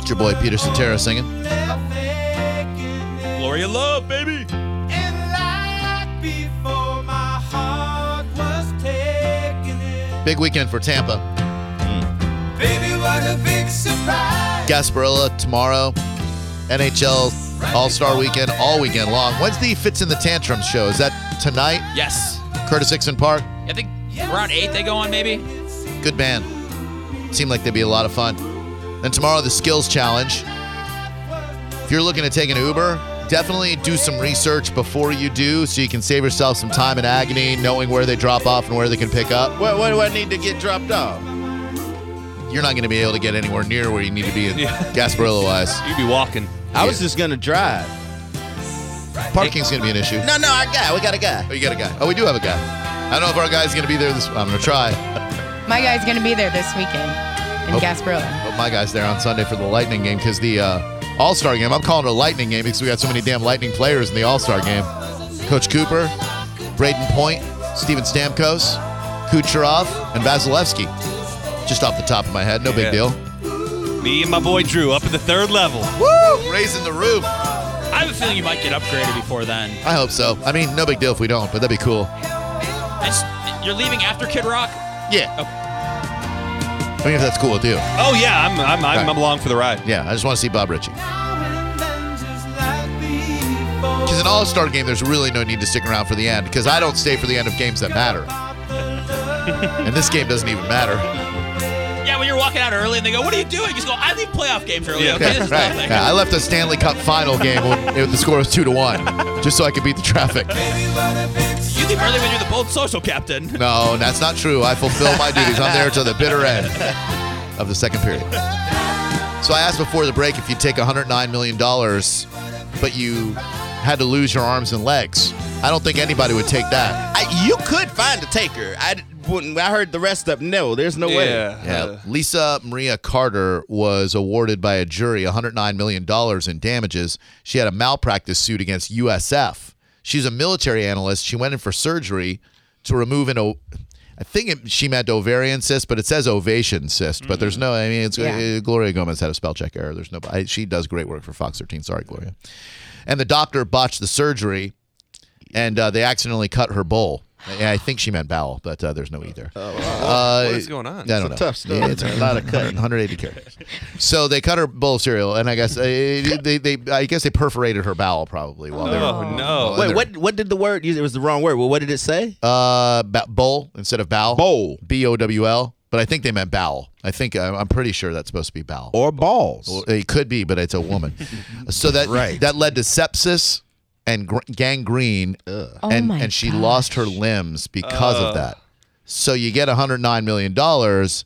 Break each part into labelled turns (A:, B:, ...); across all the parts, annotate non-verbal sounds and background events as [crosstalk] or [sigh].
A: It's your boy Peter Cetera singing.
B: Gloria Love, baby.
A: Big weekend for Tampa. Gasparilla tomorrow. NHL All Star Weekend all weekend long. When's the Fits in the Tantrums show? Is that tonight?
B: Yes.
A: Curtis Hickson Park.
B: I think around eight they go on maybe.
A: Good band. Seemed like they'd be a lot of fun. Then tomorrow the Skills Challenge. If you're looking to take an Uber, definitely do some research before you do, so you can save yourself some time and agony, knowing where they drop off and where they can pick up.
C: What, what do I need to get dropped off?
A: You're not going to be able to get anywhere near where you need to be, Gasparilla wise.
B: You'd be walking.
C: I was just gonna drive.
A: Parking's going to be an issue.
C: No, no, I got. We got a guy.
A: Oh, you got a guy. Oh, we do have a guy. I don't know if our guy's going to be there this. I'm going to try.
D: My guy's gonna be there this weekend in
A: Oh.
D: Gasparilla.
A: But my guy's there on Sunday for the Lightning game because the uh, All Star game, I'm calling it a Lightning game because we got so many damn Lightning players in the All Star game. Coach Cooper, Braden Point, Steven Stamkos, Kucherov, and Vasilevsky. Just off the top of my head, no big
B: Yeah.
A: deal.
B: Me and my boy Drew up at the third level.
A: Woo! Raising the roof.
B: I have a feeling you might get upgraded before then.
A: I hope so. I mean, no big deal if we don't, but that'd be cool.
B: It's, you're leaving after Kid Rock?
A: Yeah. I mean, if that's cool with you.
B: Oh yeah, I'm I'm I'm,
A: Right.
B: I'm along for the ride.
A: Yeah, I just want to see Bob Ritchie. Because an All Star game, there's really no need to stick around for the end because I don't stay for the end of games that matter. and this game doesn't even matter.
B: Yeah, when you're walking out early and they go, "What are you doing?" You just go, "I leave playoff games early."
A: Yeah,
B: okay, this is
A: [laughs] right.
B: nothing."
A: Yeah, I left a Stanley Cup final game when it, the score was two to one, just so I could beat the traffic.
B: You leave early when you're the bold social captain. [laughs]
A: No, that's not true. I fulfill my duties. I'm there till the bitter end of the second period. So I asked before the break if you take 109 million dollars, but you had to lose your arms and legs. I don't think anybody would take that.
C: I, you could find a taker. I d- wouldn't. I heard the rest of no. There's no way.
A: Yeah. Lisa Maria Carter was awarded by a jury $109 million in damages. She had a malpractice suit against USF. She's a military analyst. She went in for surgery to remove an, o- I think it, she meant ovarian cyst, but it says ovation cyst. But there's no, I mean, it's
D: Yeah.
A: uh, Gloria Gomez had a spell check error. There's no, I, she does great work for Fox 13. Sorry, Gloria. And the doctor botched the surgery and uh, they accidentally cut her bowl. And I think she meant bowel, but uh, there's no either. Uh,
E: What is going on?
A: I don't know.
C: tough story.
A: Yeah, it's a lot of
C: [laughs]
A: cutting. 180 carats. So they cut her bowl of cereal, and I guess uh, they, they I guess they perforated her bowel probably while they were.
B: Oh no.
C: Wait, what? What did the word? It was the wrong word. Well, what did it say?
A: Uh, ba- bowl instead of bowel.
C: Bowl.
A: B o w l. But I think they meant bowel. I think I- I'm pretty sure that's supposed to be bowel.
C: Or balls.
A: It could be, but it's a
C: [laughs]
A: woman. so that
C: Right.
A: that led to sepsis and gr- gangrene, and
D: my
A: and she lost her limbs because
C: Uh.
A: of that. So you get 109 million dollars,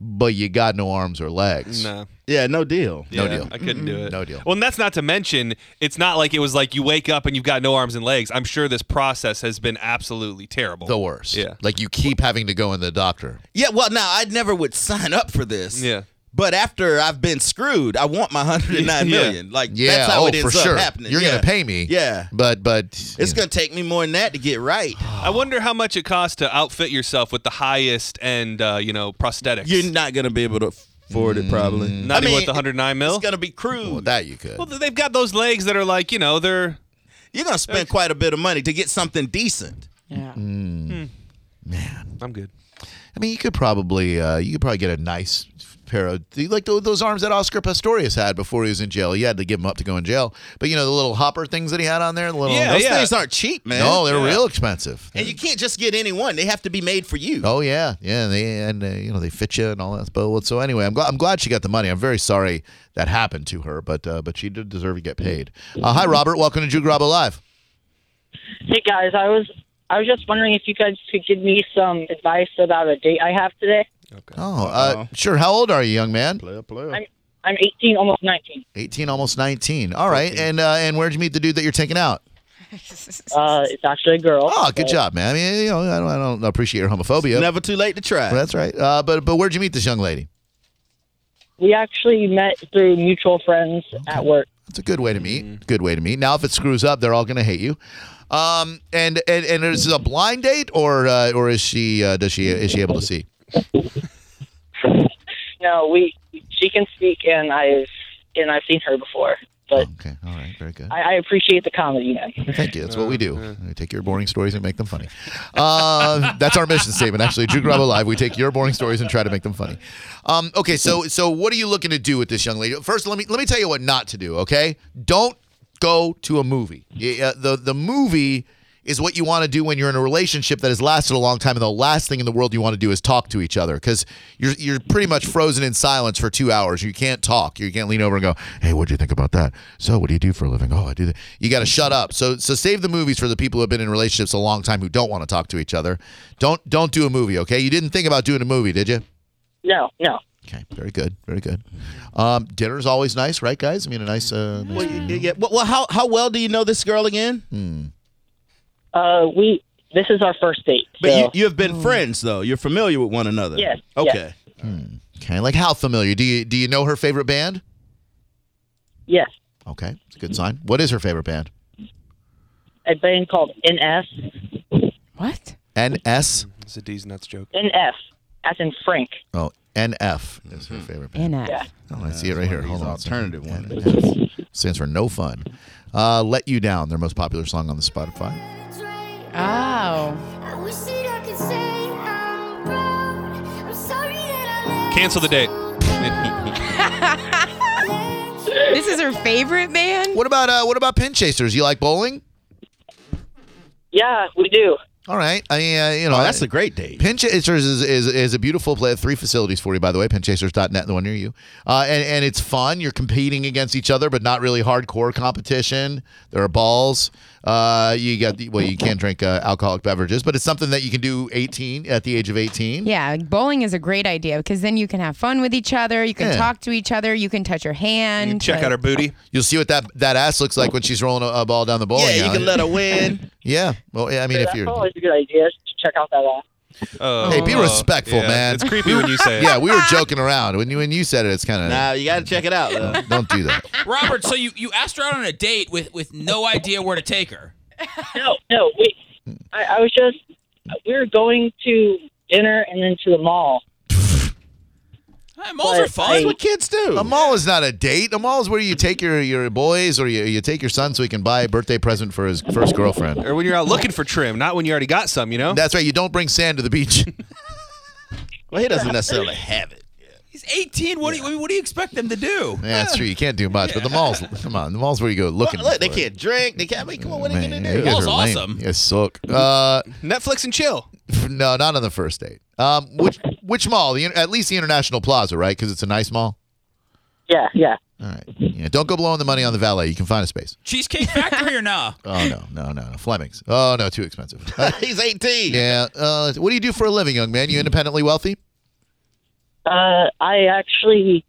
A: but you got no arms or legs.
E: No.
C: yeah, no deal.
A: No
E: Yeah,
A: deal.
E: I couldn't do it.
A: No deal.
E: Well, and that's not to mention, it's not like it was like you wake up and you've got no arms and legs. I'm sure this process has been absolutely terrible.
A: The worst.
E: Yeah.
A: Like you keep having to go in the doctor.
C: Yeah. Well, now I never would sign up for this.
E: Yeah.
C: But after I've been screwed, I want my 109
E: [laughs] Yeah.
C: million. Like
A: Yeah.
C: that's how
A: oh,
C: it ends
A: for
C: up
A: sure.
C: happening.
A: You're
C: Yeah.
A: gonna pay me.
C: Yeah.
A: But but
C: It's
A: you know,
C: gonna take me more than that to get [sighs] right.
E: I wonder how much it costs to outfit yourself with the highest end, uh, you know, prosthetics.
C: You're not gonna be able to afford it, probably.
E: not
C: I
E: even
C: mean,
E: with the 109 mil.
C: It's gonna be crude.
A: well, that you could.
E: well, they've got those legs that are like, you know, they're
C: You're gonna spend quite a bit of money to get something decent.
D: Yeah.
E: I'm good.
A: I mean, you could probably uh, you could probably get a nice pair of like tho- those arms that Oscar Pistorius had before he was in jail. He had to give them up to go in jail. But you know the little hopper things that he had on there. The little
E: Yeah,
C: Those
E: yeah.
C: things aren't cheap, man.
A: no, they're real expensive.
C: And you can't just get any one. They have to be made for you.
A: Oh yeah, yeah, and they and uh, you know they fit you and all that. But so anyway, I'm glad I'm glad she got the money. I'm very sorry that happened to her, but uh, but she did deserve to get paid. Uh, hi, Robert. Welcome to Drew Garabo Live.
F: Hey guys, I was I was just wondering if you guys could give me some advice about a date I have today.
E: Okay.
A: Oh, uh, sure. How old are you, young man?
C: Player, player.
F: I- I'm 18, almost 19.
A: 18, almost 19. All right. And uh, and where'd you meet the dude that you're taking out?
F: Uh, it's actually a girl. Uh,
A: Oh, good
F: so-
A: job, man. I mean, you know, I don't, I don't appreciate your homophobia.
C: Never too late to try.
A: That's right. Uh, but but where'd you meet this young lady?
F: We actually met through mutual friends at work.
A: That's a good way to meet. Good way to meet. Now, if it screws up, they're all going to hate you. Um, and and and is this a blind date or uh, or is she uh, does she is she able to see?
F: No, we she can speak, and I've and I've seen her before. But
A: Okay. All right. Very good.
F: I, I appreciate the comedy, man.
A: Thank you. That's what we do. We take your boring stories and make them funny. Um, that's our mission statement, actually. Drew Garabo Live. We take your boring stories and try to make them funny. Um, okay, so so what are you looking to do with this young lady? First, let me let me tell you what not to do. Okay, don't go to a movie. Y- uh, the the movie is what you want to do when you're in a relationship that has lasted a long time, and the last thing in the world you want to do is talk to each other because you're you're pretty much frozen in silence for two hours. You can't talk. You can't lean over and go, "Hey, what'd you think about that?" So, what do you do for a living? Oh, I do that. You got to shut up. So, so save the movies for the people who have been in relationships a long time who don't want to talk to each other. Don't don't do a movie. Okay, you didn't think about doing a movie, did you?
F: No, no.
A: Okay, very good, very good. Um, dinner is always nice, right, guys? I mean, a nice. Uh, nice-
C: Well, you- you get- well, well, how how well do you know this girl again?
F: Uh, we this is our first date.
C: But
F: so-
C: you, you have been friends though. You're familiar with one another.
F: Yes, yes.
C: Okay.
A: okay, like how familiar? Do you do you know her favorite band?
F: yes,
A: Okay, it's a good sign. What is her favorite band?
F: a band called NS.
D: [laughs] What?
A: NS.
E: It's a D's nuts joke.
F: NF, as in Frank.
A: Oh, NF is her favorite band.
D: NF.
A: Oh, I see it right here.
C: These
A: Hold on. a second.
C: alternative one.
A: NF. Stands for No Fun. Uh, Let You Down, their most popular song on the Spotify.
D: Oh.
E: Cancel the date.
D: This is her favorite band?
A: What about uh, what about Pin Chasers? You like bowling?
F: Yeah, we do.
A: All right. I mean, uh, you know,
C: Oh, that's a great date.
A: Pin Chasers is, is, is a beautiful play. Three facilities for you, by the way. Pinchasers.net, the one near you. Uh, and, and it's fun. You're competing against each other, but not really hardcore competition. There are balls. Uh, you got the, well, you can drink uh, alcoholic beverages, but it's something that you can do 18 at the age of 18.
D: Yeah, bowling is a great idea because then you can have fun with each other. You can
A: Yeah.
D: talk to each other. You can touch her hand.
E: You check
D: like-
E: out her booty.
A: You'll see what that that ass looks like when she's rolling a, a ball down the bowling
C: Yeah, you
A: alley.
C: can let
A: [laughs]
C: her Oh, win.
A: yeah. Well, yeah, I mean, if
F: That's
A: you're
F: always a good idea to check out that app.
E: Oh,
A: Hey, be respectful,
E: yeah.
A: man.
E: It's creepy when you say it.
A: yeah, we were joking around when you when you said it. It's kind of
C: nah, you gotta check it out though.
A: don't do
C: [laughs]
A: that.
B: Robert, so you, you asked her out on a date with, with
E: [laughs]
B: no idea where to take her.
F: No, no. We, I, I was just we were going to dinner and then to the mall.
B: Hey, malls are
F: But
B: fun.
F: I-
C: That's what kids do.
A: A mall is not a date. A mall is where you take your, your boys or you, you take your son so he can buy a birthday present for his first girlfriend.
E: Or when you're out looking for trim, not when you already got some, you know?
A: That's right. You don't bring sand to the beach. [laughs]
C: Well, he doesn't necessarily have it.
B: He's 18. What, do you, what do you expect them to do?
A: yeah, that's true. You can't do much. But the malls, come on, the malls where you go looking.
C: Well, look, they
A: for it.
C: can't drink. They can't. I mean, come on, what are you
A: Man,
C: gonna
A: you
C: do?
A: guys
B: Mall's
A: are lame.
B: awesome.
A: You guys suck. Uh,
E: Netflix and chill.
A: no, not on the first date. Um, which which mall? The, at least the International Plaza, right? Because it's a nice mall.
F: Yeah, yeah.
A: All right. Yeah, don't go blowing the money on the valet. You can find a space.
B: Cheesecake Factory or
E: [laughs]
B: nah?
A: Oh no, no, no, no. Fleming's. Oh no, too expensive.
C: [laughs] He's 18.
A: yeah. Uh, what do you do for a living, young man? You independently wealthy?
F: Uh, I actually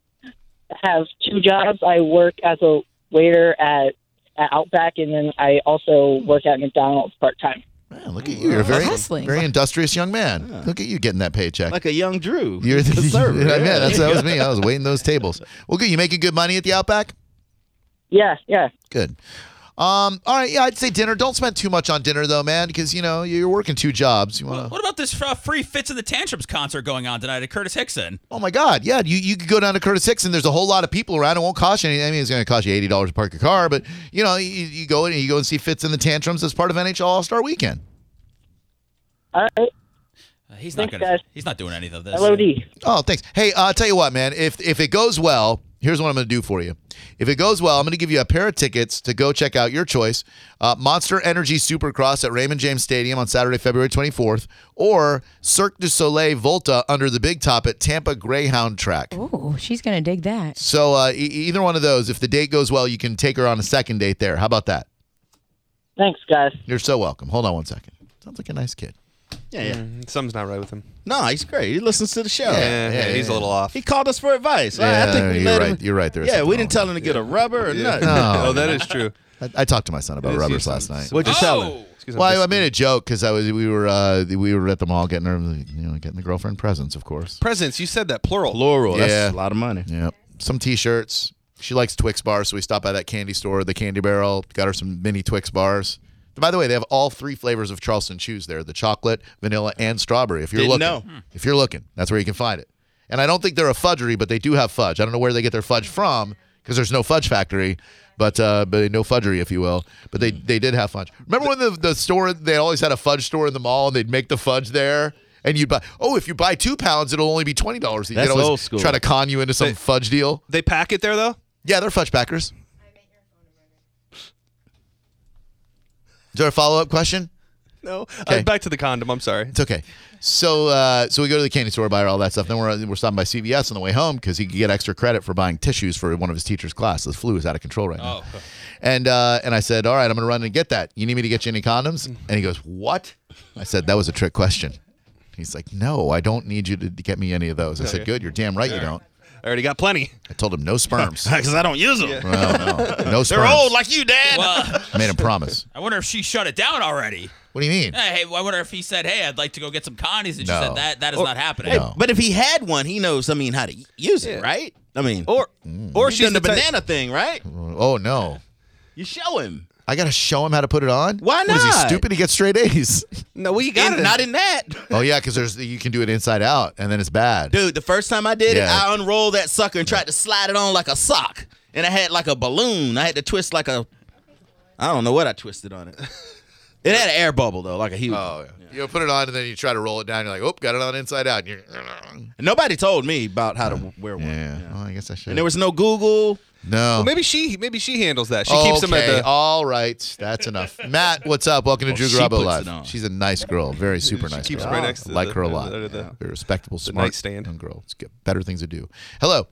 F: have two jobs. I work as a waiter at, at Outback, and then I also work at McDonald's part time.
A: Man, look at you. You're a very,
D: Hustling.
A: very industrious young man. Look at you getting that paycheck.
C: Like a young Drew.
A: [laughs] You're the, [laughs]
C: server.
A: I mean,
C: yeah.
A: that's, that was me. I was waiting those tables. Well, good. You making good money at the Outback?
F: Yeah, yeah.
A: Good. Um, all right. Yeah, I'd say dinner. Don't spend too much on dinner though, man, because you know you're working two jobs. You want to.
B: What about this uh, free Fits of the Tantrums concert going on tonight at Curtis Hickson?
A: Oh my God. Yeah, you you could go down to Curtis Six and there's a whole lot of people around. It won't cost you anything. I mean, it's going to cost you eighty dollars to park your car, but you know you, you go in and you go and see Fitz and the Tantrums as part of NHL All Star Weekend.
F: All right.
B: Uh, he's not
F: Thanks,
B: gonna.
F: guys.
B: He's not doing any of this.
F: LOD.
A: Oh, thanks. Hey, uh, I'll tell you what, man. If if it goes well, here's what I'm going to do for you. If it goes well, I'm going to give you a pair of tickets to go check out your choice, uh, Monster Energy Supercross at Raymond James Stadium on Saturday, February 24th, or Cirque du Soleil Volta under the Big Top at Tampa Greyhound Track.
D: Ooh, she's going to dig that.
A: So uh, e- either one of those, if the date goes well, you can take her on a second date there. How about that?
F: Thanks, guys.
A: You're so welcome. Hold on one second. Sounds like a nice kid.
C: Yeah, yeah.
E: Mm, Something's not right with him.
C: No, he's great. He listens to the show.
E: Yeah,
A: yeah,
E: Eh, he's
A: yeah.
E: a little off.
C: He called us for advice. I- I,
A: Yeah,
C: think we
A: you're
C: let
A: right.
C: him.
A: You're right. There is
C: Yeah, we
A: something
C: didn't
A: wrong.
C: tell him to get a rubber or nothing.
E: Oh,
A: No,
E: that is true.
A: I, I talked to my son about
E: It is
A: rubbers
E: you,
A: last
E: son.
A: night.
C: What'd you tell him?
E: Excuse me,
A: Well, I, I
E: this-
A: made a joke because I was we were uh, we were at the mall getting her you know getting the girlfriend presents, of course.
E: presents. You said that plural.
C: Plural.
A: Yeah.
C: That's a lot of money.
A: Yep. Some T-shirts. She likes Twix bars, so we stopped by that candy store, the Candy Barrel. Got her some mini Twix bars. By the way, they have all three flavors of Charleston chews there: the chocolate, vanilla, and strawberry. If you're
C: Didn't know.
A: looking, if you're looking, that's where you can find it. And I don't think they're a fudgery, but they do have fudge. I don't know where they get their fudge from because there's no fudge factory, but uh, but no fudgery, if you will. But they they did have fudge. Remember when the the store they always had a fudge store in the mall and they'd make the fudge there. And you'd buy, oh, if you buy two pounds, it'll only be $20. That's
C: That's
A: always
C: old school.
A: Try to con you into some fudge deal.
E: They pack it there though.
A: Yeah, they're fudge packers. Is there a follow up question?
E: No.
A: Okay.
E: Uh, back to the condom. I'm sorry.
A: It's okay. So, uh, so we go to the candy store, buy her all that stuff. Then we're we're stopping by CVS on the way home because he could get extra credit for buying tissues for one of his teacher's class. The flu is out of control right now.
B: Oh.
A: And uh, and I said, all right, I'm gonna run and get that. You need me to get you any condoms? And he goes, what? I said that was a trick question. He's like, no, I don't need you to get me any of those. I said, good, you're damn right you don't.
E: I already got plenty.
A: I told him no sperms.
C: Because I don't use them.
A: [laughs] no, no, no
C: They're
A: sperms.
C: old like you, Dad.
B: Well,
A: I [laughs] made a promise.
B: I wonder if she shut it down already.
A: What do you mean?
B: Hey, hey, I wonder if he said, "Hey, I'd like to go get some connies," and she
A: No.
B: said, "That that is not happening."
A: No.
C: But if he had one, he knows. I mean, how to use it,
E: Yeah.
C: right? I mean,
E: Or
A: mm.
E: or
C: he's
E: she's
C: done the,
E: the type-
C: banana thing, right?
A: Oh no!
C: You show him.
A: I gotta show him how to put it on.
C: Why
A: What is he
C: not?
A: stupid? He gets straight [laughs] A's.
E: No, we got
C: And
E: it.
C: not in that,
A: oh yeah, because there's you can do it inside out, and then it's bad.
C: [laughs] dude. The first time I did it,
A: Yeah.
C: I unrolled that sucker and tried to slide it on like a sock, and I had like a balloon. I had to twist like a, I don't know what I twisted
A: [laughs]
C: on it. It had an air bubble though, like a huge.
A: Oh, yeah. you put it on, and then you try to roll it down. You're like, oop, got it on inside out. And you're,
C: Nobody told me about how to wear one.
A: yeah.
C: Yeah.
A: Well, I guess I should.
C: And there was no Google.
A: no.
E: Well, maybe she maybe she handles that. She keeps them at
A: Okay,
E: the.
A: All right, that's enough. Matt, what's up? Welcome to Drew
C: she
A: Garabo
C: puts
A: Live.
C: it on.
A: She's a nice girl, very super
E: She
A: nice.
E: keeps
A: girl.
E: right next to
A: like
E: the-
A: her a
E: the-
A: lot.
E: the- the-
A: very respectable, smart
E: nightstand.
A: young girl. It's good. Better things to do. Hello,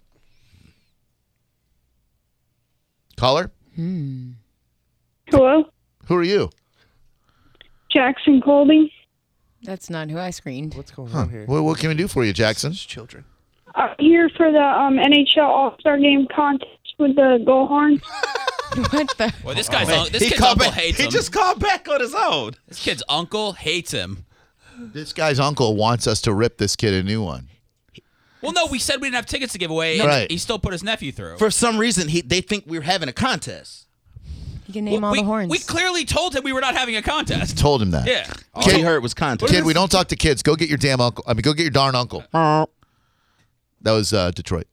A: caller.
G: Hello,
A: Who are you?
G: Jackson Colby.
D: That's not who I screened.
E: What's going
A: Huh.
E: on here?
A: What, what can we do for you, Jackson?
E: children.
G: I'm here for the um, NHL All Star Game contest with the Go Horn.
D: What the?
B: Boy, this guy's un- this
C: He
B: kid's
C: called
B: uncle
C: back.
B: hates
C: He
B: him.
C: just called back on his own.
B: This kid's uncle hates him.
A: This guy's uncle wants us to rip this kid a new one.
B: Well, no, we said we didn't have tickets to give away. and
A: Right.
B: He still put his nephew through.
C: For some reason, he they think we're having a contest.
D: You can
B: Well,
D: name all
B: we,
D: the horns.
B: We clearly told him we were not having a contest. [laughs]
A: Told him that.
B: Yeah.
C: All he heard was contest.
A: Kid, we don't talk to kids. Go get your damn uncle. I mean, go get your darn uncle. That was uh, Detroit,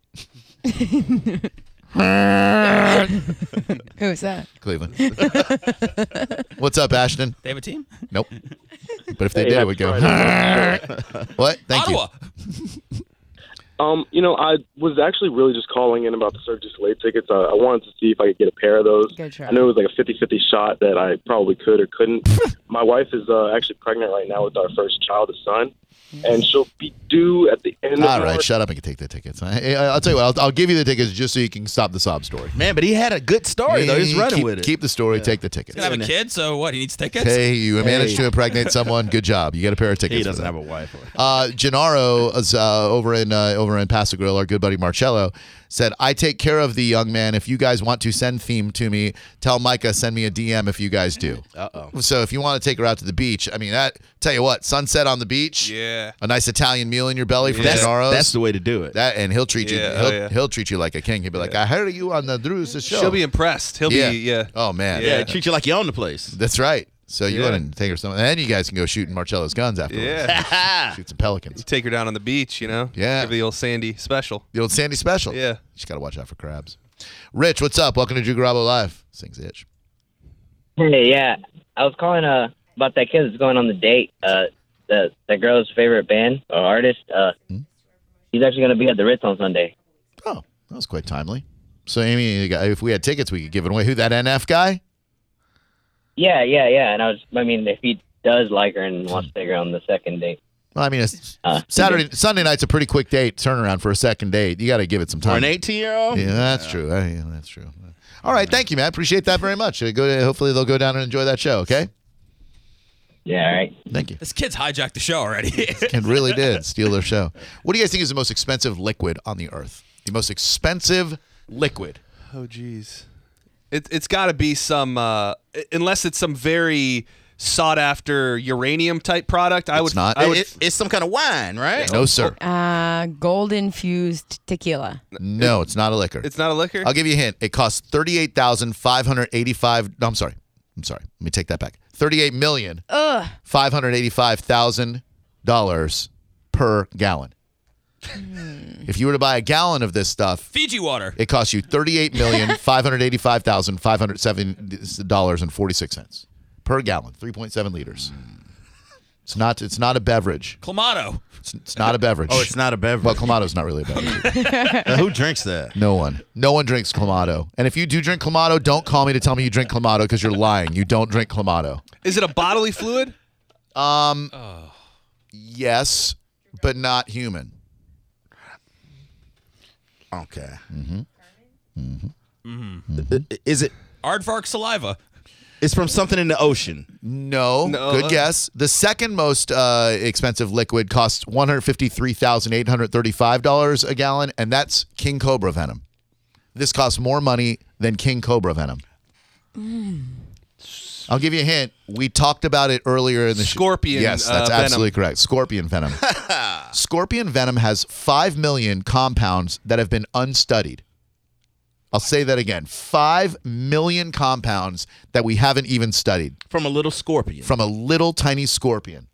D: Who's that?
A: Cleveland. [laughs] What's up, Ashton?
B: They have a team.
C: [laughs]
A: Nope. But if they did, it would go. what? Thank
B: Ottawa.
H: Um, you know, I was actually really just calling in about the Cirque du Soleil tickets. Uh, I wanted to see if I could get a pair of those.
D: Good try.
H: I know it was like a 50-50 shot that I probably could or
D: [laughs]
H: couldn't. My wife is uh, actually pregnant right now with our first child, a son,
D: Mm-hmm.
H: and she'll be due at the end
A: you. All
H: of
A: right,
H: March.
A: shut up and take the tickets. I, I- I'll tell you what. I'll, I'll give you the tickets just so you can stop the sob story.
C: Man, but he had a good story though. He's running
A: keep,
C: with it.
A: Keep the story. Take the tickets.
B: Gonna have a kid, so what? He needs tickets.
A: Hey, you managed
C: Hey.
A: to impregnate someone. Good job. You get a pair of tickets.
C: he
A: for
C: doesn't
A: that.
C: have a wife.
A: Uh, Gennaro is uh, over in uh, over in Paso Grill. Our good buddy Marcello said, "I take care of the young man. If you guys want to send theme to me, tell Micah send me a DM if you guys do.
C: Uh oh.
A: So if you want to take her out to the beach, I mean, that tell you what, sunset on the beach,
E: Yeah.
A: a nice Italian meal in your belly from
E: That's-
A: Gennaro's.
C: That's the way to do it.
A: that, and he'll treat you.
E: Yeah,
A: he'll,
E: oh, yeah.
A: he'll treat you like a king. He'll be like, I heard you on the Drew's show.
E: She'll be impressed. He'll be yeah.
A: Oh man.
C: yeah,
E: Yeah.
C: treat you like you own the place.
A: That's right. So you
E: Yeah.
A: want to take her somewhere, and you guys can go shooting Marcello's guns afterwards.
C: [laughs]
E: Yeah.
A: Shoot some pelicans.
E: Take her down on the beach. You know.
A: Yeah.
E: Give her the old Sandy special.
A: The old Sandy special.
E: Yeah.
A: Just got to watch out for crabs. Rich, what's up? Welcome to Drew Garabo Live. Sings Itch.
I: Hey, yeah. I was calling uh, about that kid that's going on the date. Uh, the that girl's favorite band or artist. Uh,
A: Hmm?
I: he's actually going to be at the Ritz on Sunday.
A: Oh, that was quite timely. So, Amy, if we had tickets, we could give it away. Who, that NF guy?
I: Yeah, yeah, yeah. And I was, I mean, if he does like her
A: Hmm.
I: and wants to take her on the second date,
A: Well, I mean, it's
I: Uh,
A: Saturday, Sunday night's a pretty quick date turnaround for a second date. You got to give it some
C: Or
A: time.
C: an 18 year old.
A: Yeah, that's true. Uh, yeah, that's true. All right, thank you, man. Appreciate that very much. Uh, Go. Hopefully, they'll go down and enjoy that show. Okay.
I: Yeah, all right.
A: Thank you.
B: This kid's hijacked the show already.
A: It really did steal their show. What do you guys think is the most expensive liquid on the earth? The most expensive liquid.
E: Oh, geez. It, it's got to be some, uh, i- unless it's some very sought after uranium type product. I would
A: not.
E: I would,
C: It- it's some kind of wine, right?
A: No, sir.
D: Uh, gold infused tequila.
A: No, it's not a liquor.
E: it's not a liquor.
A: I'll give you a hint. It costs thirty-eight thousand five hundred eighty-five. No, I'm sorry. I'm sorry. Let me take that back. Thirty-eight million
D: Ugh.
A: five hundred eighty-five thousand dollars per gallon. if you were to buy a gallon of this stuff,
B: Fiji water.
A: it costs you thirty-eight million five hundred eighty-five thousand five hundred seven dollars and forty-six cents per gallon. Three point seven liters. It's not. It's not a beverage.
B: Clamato.
A: It's, it's not a beverage.
C: Oh, it's not a beverage.
A: Well, Clamato not really a beverage.
C: Uh, who drinks that?
A: No one. No one drinks Clamato. And if you do drink Clamato, don't call me to tell me you drink Clamato because you're lying. You don't drink Clamato.
E: Is it a bodily [laughs] fluid?
A: Yes, but not human.
C: Okay. Mm-hmm. Mm-hmm. Is it?
B: Aardvark saliva.
C: It's from something in the ocean.
A: No.
E: No.
A: Good guess. The second most uh, expensive liquid costs one hundred fifty-three thousand eight hundred thirty-five dollars a gallon, and that's king cobra venom. This costs more money than king cobra venom.
E: Mm.
A: I'll give you a hint. We talked about it earlier in the show.
E: Scorpion,
A: Yes, that's
E: uh, venom.
A: absolutely correct. Scorpion
E: [laughs]
A: venom. Scorpion venom has 5 million compounds that have been unstudied. I'll say that again 5 million compounds that we haven't even studied
C: From a little scorpion.
A: from a little tiny scorpion.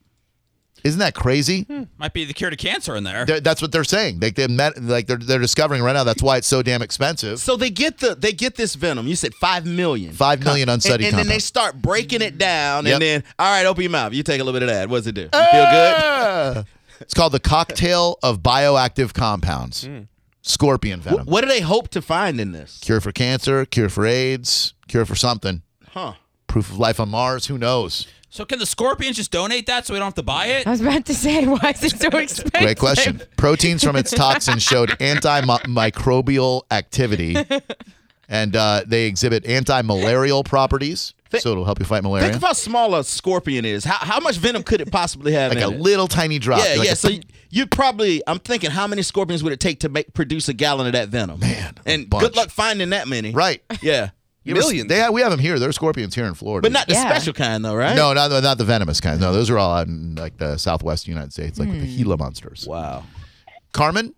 A: Isn't that crazy?
C: Hmm.
B: Might be the cure to cancer in there.
A: They're- that's what they're saying. Like, they met, like they're, they're discovering right now that's why it's so damn expensive.
C: So they get the they get this venom. You said five million.
A: 5 million
C: and,
A: unstudied
C: and then they
A: compounds.
C: start breaking it down,
A: Yep.
C: and then all right, open your mouth. You take a little bit of that. What does it do? You feel good?
A: Ah! [laughs] It's called the cocktail of bioactive compounds.
C: Hmm.
A: Scorpion venom.
C: What do they hope to find in this?
A: Cure for cancer, cure for AIDS, cure for something.
C: Huh?
A: Proof of life on Mars, who knows?
B: So can the scorpions just donate that so we don't have to buy it?
D: I was about to say, [laughs] why is it so
A: [laughs]
D: expensive?
A: Great question. Proteins from its toxin showed antimicrobial activity, and uh, they exhibit anti-malarial properties, so it'll help you fight malaria.
C: Think of how small a scorpion is. How, how much venom could it possibly have?
A: like
C: in
A: a
C: it?
A: little tiny drop.
C: Yeah,
A: like
C: yeah.
A: a-
C: so you, you probably, I'm thinking, how many scorpions would it take to make produce a gallon of that venom? Man,
A: a
C: and
A: bunch.
C: good luck finding that many. [laughs]
A: right.
C: Yeah,
A: You ever-
E: Millions.
A: They ha- we have them here. There are scorpions here in Florida.
C: but not the
D: Yeah.
C: special kind though, right?
A: No, not, the- not the venomous kinds. No, those are all out in like the southwest United States, like with the Gila monsters.
C: Wow.
A: Carmen,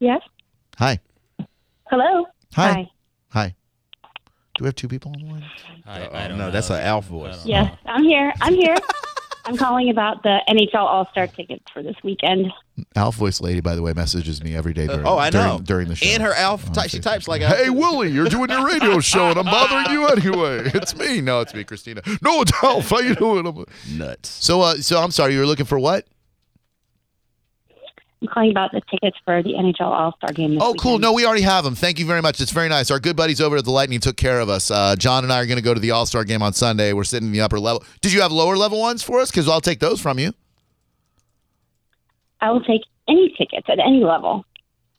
G: Yes.
A: hi.
G: Hello.
A: Hi. Hi. Do we have two people on the line?
B: I, I
C: No, that's an elf voice.
G: Yes,
A: Oh.
G: I'm here. I'm
A: [laughs]
G: here. I'm calling about the NHL All Star tickets for this weekend.
A: Al voice lady, by the way, messages me every day during,
C: Oh, I know.
A: during, during the show. Oh,
C: And her elf,
A: On
C: ty- she
A: Facebook.
C: types like elf.
A: Hey, Willie, you're doing your radio show, and I'm bothering you anyway. [laughs] It's me. No, it's me, Christina. No, it's Alf. How you doing? I'm-
C: nuts.
A: So, uh, so I'm sorry. You were looking for what?
G: I'm calling about the tickets for the NHL All Star game. This
A: Oh, cool.
G: weekend.
A: No, we already have them. Thank you very much. It's very nice. Our good buddies over at the Lightning took care of us. Uh, John and I are going to go to the All Star game on Sunday. We're sitting in the upper level. Did you have lower level ones for us? Because I'll take those from you.
G: I will take any tickets at any level.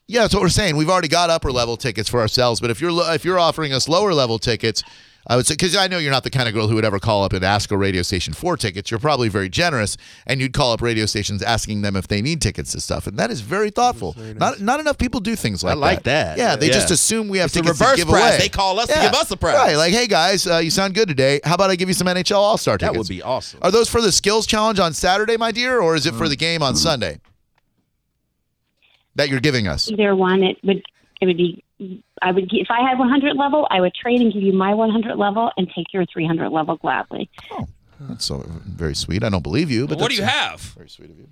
A: Yeah, that's what we're saying. We've already got upper level tickets for ourselves, but if you're lo- if you're offering us lower level tickets, I would say because I know you're not the kind of girl who would ever call up and ask a radio station for tickets. You're probably very generous, and you'd call up radio stations asking them if they need tickets to stuff, and that is very thoughtful. Not not enough people do things like
C: I like that.
A: Yeah, they
C: Yeah.
A: just assume we have
C: the
A: tickets to
C: reverse
A: give
C: prize.
A: away.
C: They call us to give us a prize.
A: Right, like hey guys, uh, you sound good today. How about I give you some NHL All Star
C: That
A: tickets?
C: would be awesome.
A: Are those for the skills challenge on Saturday, my dear, or is it for the game on Sunday that you're giving us?
G: Either one, it would it would be. I would gi- if I had 100 level, I would trade and give you my 100 level and take your 300 level gladly.
A: That's so very sweet. I don't believe you, but
B: what do you
A: that's-
B: have?
A: Very sweet of you.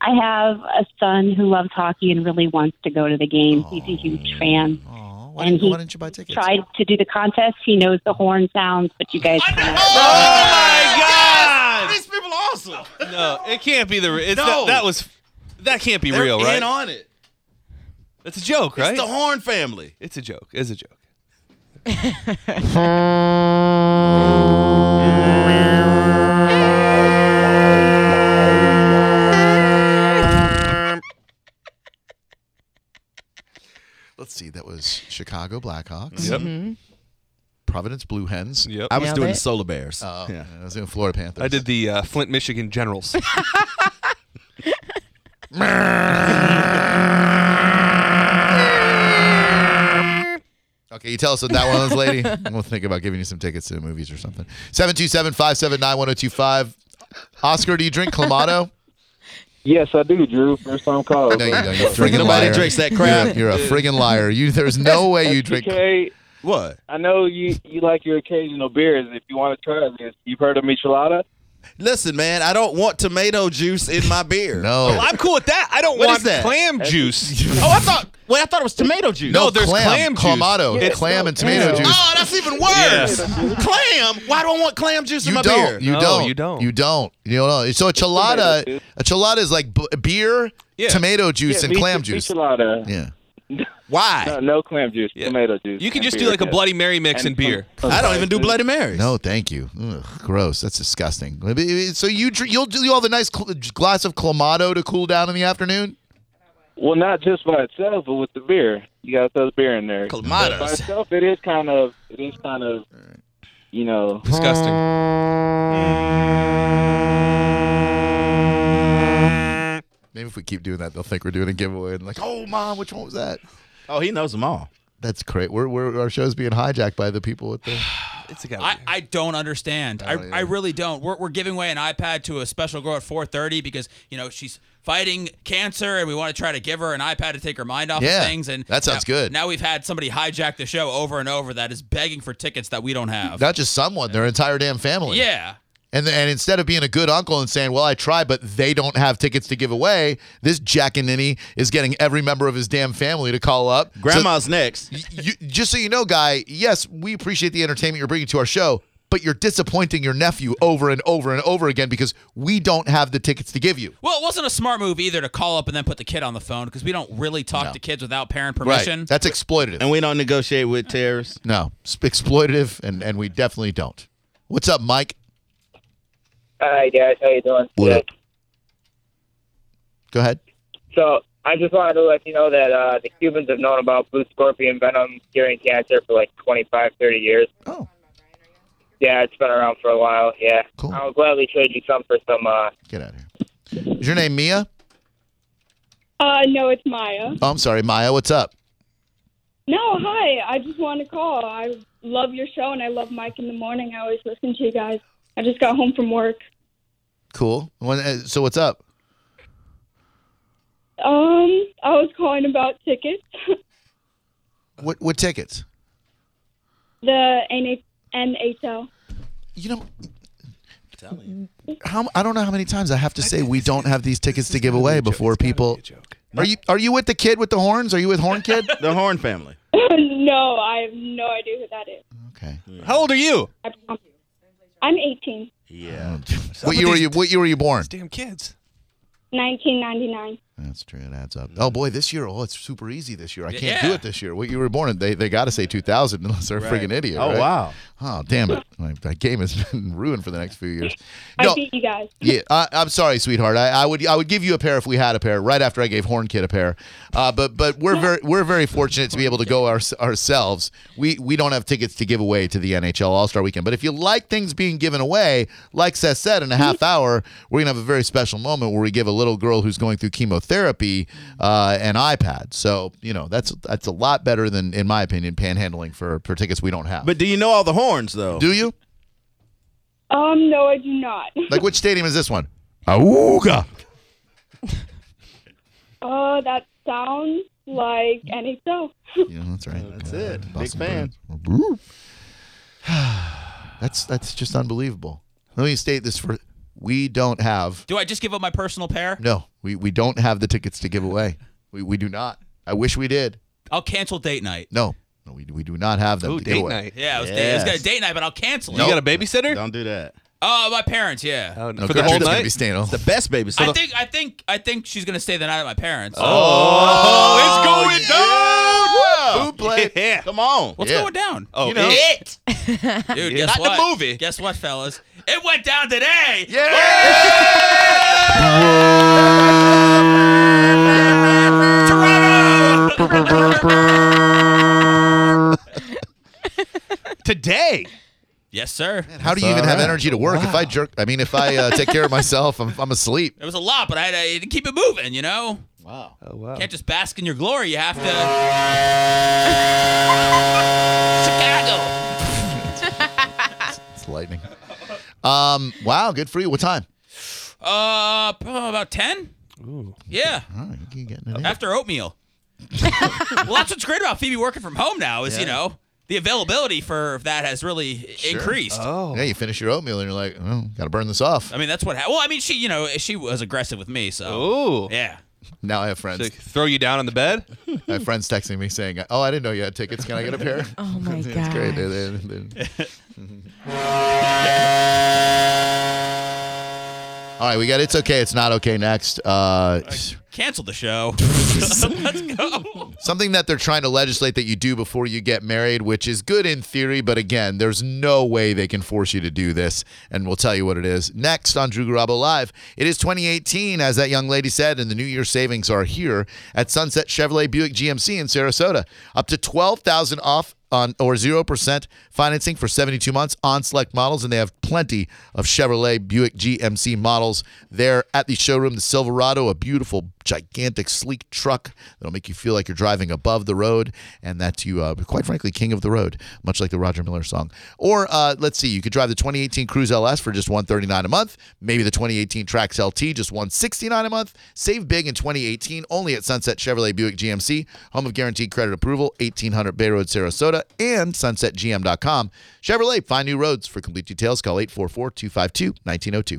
G: I have a son who loves hockey and really wants to go to the game. He's a huge fan.
A: Oh,
G: why And didn't- why he
A: didn't you buy tickets?
G: Tried to do the contest. He knows the horn sounds, but you guys.
E: Oh my
C: These people are awesome.
E: God! No, it can't be the. It's
C: No.
E: that, that was. That can't be
C: They're
E: real, right?
C: in on it.
E: That's a joke, right?
C: It's the Horn family.
E: It's a joke. It's a joke.
A: Let's see. That was Chicago Blackhawks.
E: Mm-hmm. Yep.
A: Providence Blue Hens.
E: Yep.
C: I was Nailed doing it. Solar Bears.
A: Oh,
C: Yeah.
A: yeah. I was doing Florida Panthers.
E: I did the uh, Flint, Michigan Generals.
A: Okay, you tell us what that one is, lady. and we'll think about giving you some tickets to the movies or something. 727-579-1025. Oscar, do you drink Clamato?
H: Yes, I do, Drew. First time caller.
A: No, you don't. You're a friggin'
C: Nobody
A: liar.
C: drinks that crap.
A: You're a, you're a friggin' liar. You, there's no way you drink.
H: Okay,
C: [laughs] What?
H: I know you you like your occasional beers. If you want to try this, you've heard of michelada?
C: Listen, man, I don't want tomato juice in my beer.
A: No.
E: I'm cool with that. I don't
C: What
E: want
C: is that?
E: clam juice.
C: Oh, I thought. Wait, I thought it was tomato juice.
E: No, there's clam, juice.
A: Clamato.
E: It's-
A: clam and tomato
D: Ew.
A: juice.
C: Oh, that's even worse. Clam. Why do I want clam juice in
A: You
C: my
A: don't.
C: beer?
A: You
E: No,
A: don't.
E: you don't.
A: You don't. You don't know. So a chelada, a chelada is like b- beer,
E: Yeah.
A: tomato juice,
H: Yeah,
A: and
H: mich-
A: clam juice.
H: Michelada.
A: Yeah.
C: Why?
H: No, no clam juice,
E: Yeah.
H: tomato juice.
E: You can
H: and
E: just do
H: beer,
E: like a
H: yeah.
E: Bloody Mary mix
H: And
E: and beer.
H: some-
C: I don't even do Bloody Marys.
A: No, thank you. Ugh, gross. That's disgusting. So you dr- you'll do you'll have a nice cl- glass of clamato to cool down in the afternoon.
H: Well, not just by itself, but with the beer. You got to throw the beer in there. By
C: Clamatos.
H: itself, it is kind of, it is kind of, you know.
E: Disgusting.
A: Maybe if we keep doing that, they'll think we're doing a giveaway and like, oh mom, which one was that?
C: Oh, he knows them all.
A: That's great. We're, we're our show's being hijacked by the people at the.
E: It's a guy.
B: I, I don't understand. I,
A: yeah.
B: I really don't. We're, we're giving away an iPad to a special girl at 4:30 because you know she's fighting cancer, and we want to try to give her an iPad to take her mind off
A: Yeah,
B: of things. And
A: that sounds
B: now-
A: good.
B: Now we've had somebody hijack the show over and over that is begging for tickets that we don't have.
A: Not just someone, their entire damn family.
B: yeah.
A: And and instead of being a good uncle and saying, "Well, I tried, but they don't have tickets to give away," this jackaninny is getting every member of his damn family to call up. So-
C: Grandma's next.
A: Y- you, just so you know, guy, yes, we appreciate the entertainment you're bringing to our show, but you're disappointing your nephew over and over and over again because we don't have the tickets to give you.
B: Well, it wasn't a smart move either to call up and then put the kid on the phone because we don't really talk to kids without parent permission.
A: That's exploitative.
C: And we don't negotiate with terrorists.
A: no, it's exploitative, and, and we definitely don't. What's up, Mike?
H: Hi, guys. How you doing?
A: Go ahead.
H: So I just wanted to let you know that uh, the Cubans have known about blue scorpion venom curing cancer for like 25, 30 years.
A: Oh,
H: Yeah, it's been around for a while. Yeah.
A: Cool.
H: I'll gladly trade you some for some. Uh,
A: get out of here. Is your name Mia?
J: Uh, no, it's Maya.
A: Oh, I'm sorry, Maya. What's up?
J: No, hi. I just want to call. I love your show, and I love Mike in the morning. I always listen to you guys. I just got home from work.
A: Cool. When, uh, so what's up?
J: Um, I was calling about tickets. [laughs]
A: What what tickets?
J: the NH- NHL.
A: You know. How, I don't know how many times I have to say we don't have these tickets to give away before people. Are you are you with the kid with the horns? Are you with Horn Kid?
C: The Horn family.
J: [laughs] no, I have no idea who that is.
A: Okay.
E: How old are you?
J: I promise. I'm 18.
C: Yeah.
A: What year were you? What year were you born?
E: Damn kids.
J: 1999.
A: That's true. It adds up. Oh boy, this year. Oh, it's super easy this year. I can't do
B: Yeah.
A: it this year. What year were you born? in? They they got to say 2000 unless they're a friggin' idiot.
C: Oh
A: right?
C: wow.
A: Oh damn it. My, my game has [laughs] been ruined for the next few years.
J: I
A: No.
J: beat you guys.
A: Yeah, I, I'm sorry, sweetheart. I, I would I would give you a pair if we had a pair. Right after I gave Horn Kid a pair, uh, but but we're very we're very fortunate to be able to go our, ourselves. We we don't have tickets to give away to the NHL All Star Weekend. But if you like things being given away, like Seth said, in a half hour we're gonna have a very special moment where we give a little girl who's going through chemotherapy uh, an iPad. So you know that's that's a lot better than, in my opinion, panhandling for for tickets we don't have.
C: But do you know all the horns though?
A: do you
J: Um, no, I do not. [laughs]
A: like which stadium is this one? Auga.
J: Uh, that sounds like NHL.
A: Yeah, that's right.
C: That's it. Big
A: Boston
C: fan.
A: Bruins. [sighs] that's that's just unbelievable. Let me state this for we don't have
B: Do I just give up my personal pair?
A: no, we, we don't have the tickets to give away. We we do not. I wish we did.
B: I'll cancel date night.
A: No. No, we, we do not have them
E: Ooh,
A: to give
E: date
A: away.
E: night.
B: Yeah, it was, date, it was gonna
C: Yes.
B: date night, but I'll cancel it.
E: You got a babysitter?
C: Don't do that.
B: Oh, my parents. Yeah.
E: Oh,
A: No,
E: for the
A: Gertrude's
E: whole
A: gonna
E: night?
A: be staying home.
C: The best baby.
B: I think I think I think she's gonna stay the night at my parents.
E: Oh, it's going
A: Who [laughs] played?
E: Yeah.
C: Come on.
B: What's
A: yeah.
B: going down?
E: Oh,
A: You know.
E: it.
B: Dude, guess
E: Not the
B: what?
E: movie.
B: Guess what, fellas? It went down today.
A: Yeah!
B: Toronto.
E: Today.
B: Yes, sir.
A: How do you even have energy to work? If I jerk, I mean, if I uh, take care of myself, I'm, I'm asleep.
B: It was a lot, but I had I had to keep it moving, you know? Wow.
E: Oh, wow.
B: Can't just bask in your glory. You have to.
A: It's lightning. Um, wow, good for you. What time?
B: Chicago! Uh, probably about 10? Yeah. After oatmeal. well, that's what's great about Phoebe working from home now is, you
A: Yeah.
B: know, the availability for that has really increased.
A: Oh. Yeah, you finish your oatmeal and you're like, oh, gotta burn this off.
B: I mean, that's what. Ha- well, I mean, she, you know, she was aggressive with me, so.
E: Ooh.
B: Yeah.
A: Now I have friends.
E: throw you down on the bed?
A: I have friends texting me saying, oh, I didn't know you had tickets. Can I get a [laughs] pair?
D: Oh my
A: It's
D: god.
A: great. They- they- they- [laughs] All right, we got It's Okay, It's Not Okay next. Uh,
B: Cancel the show. [laughs] Let's go.
A: something that they're trying to legislate that you do before you get married, which is good in theory, but again, there's no way they can force you to do this. And we'll tell you what it is next on Drew Garabo Live. It is 2018, as that young lady said, and the New Year savings are here at Sunset Chevrolet Buick GMC in Sarasota. Up to 12000 off on or 0% financing for 72 months on select models and they have plenty of Chevrolet Buick GMC models there at the showroom the Silverado a beautiful gigantic sleek truck that'll make you feel like you're driving above the road and that's you uh, quite frankly king of the road much like the Roger Miller song or uh, let's see you could drive the 2018 Cruise LS for just 139 a month maybe the 2018 Trax LT just 169 a month save big in 2018 only at Sunset Chevrolet Buick GMC home of guaranteed credit approval 1800 Bay Road Sarasota and sunsetgm.com Chevrolet find new roads for complete details call 844-252-1902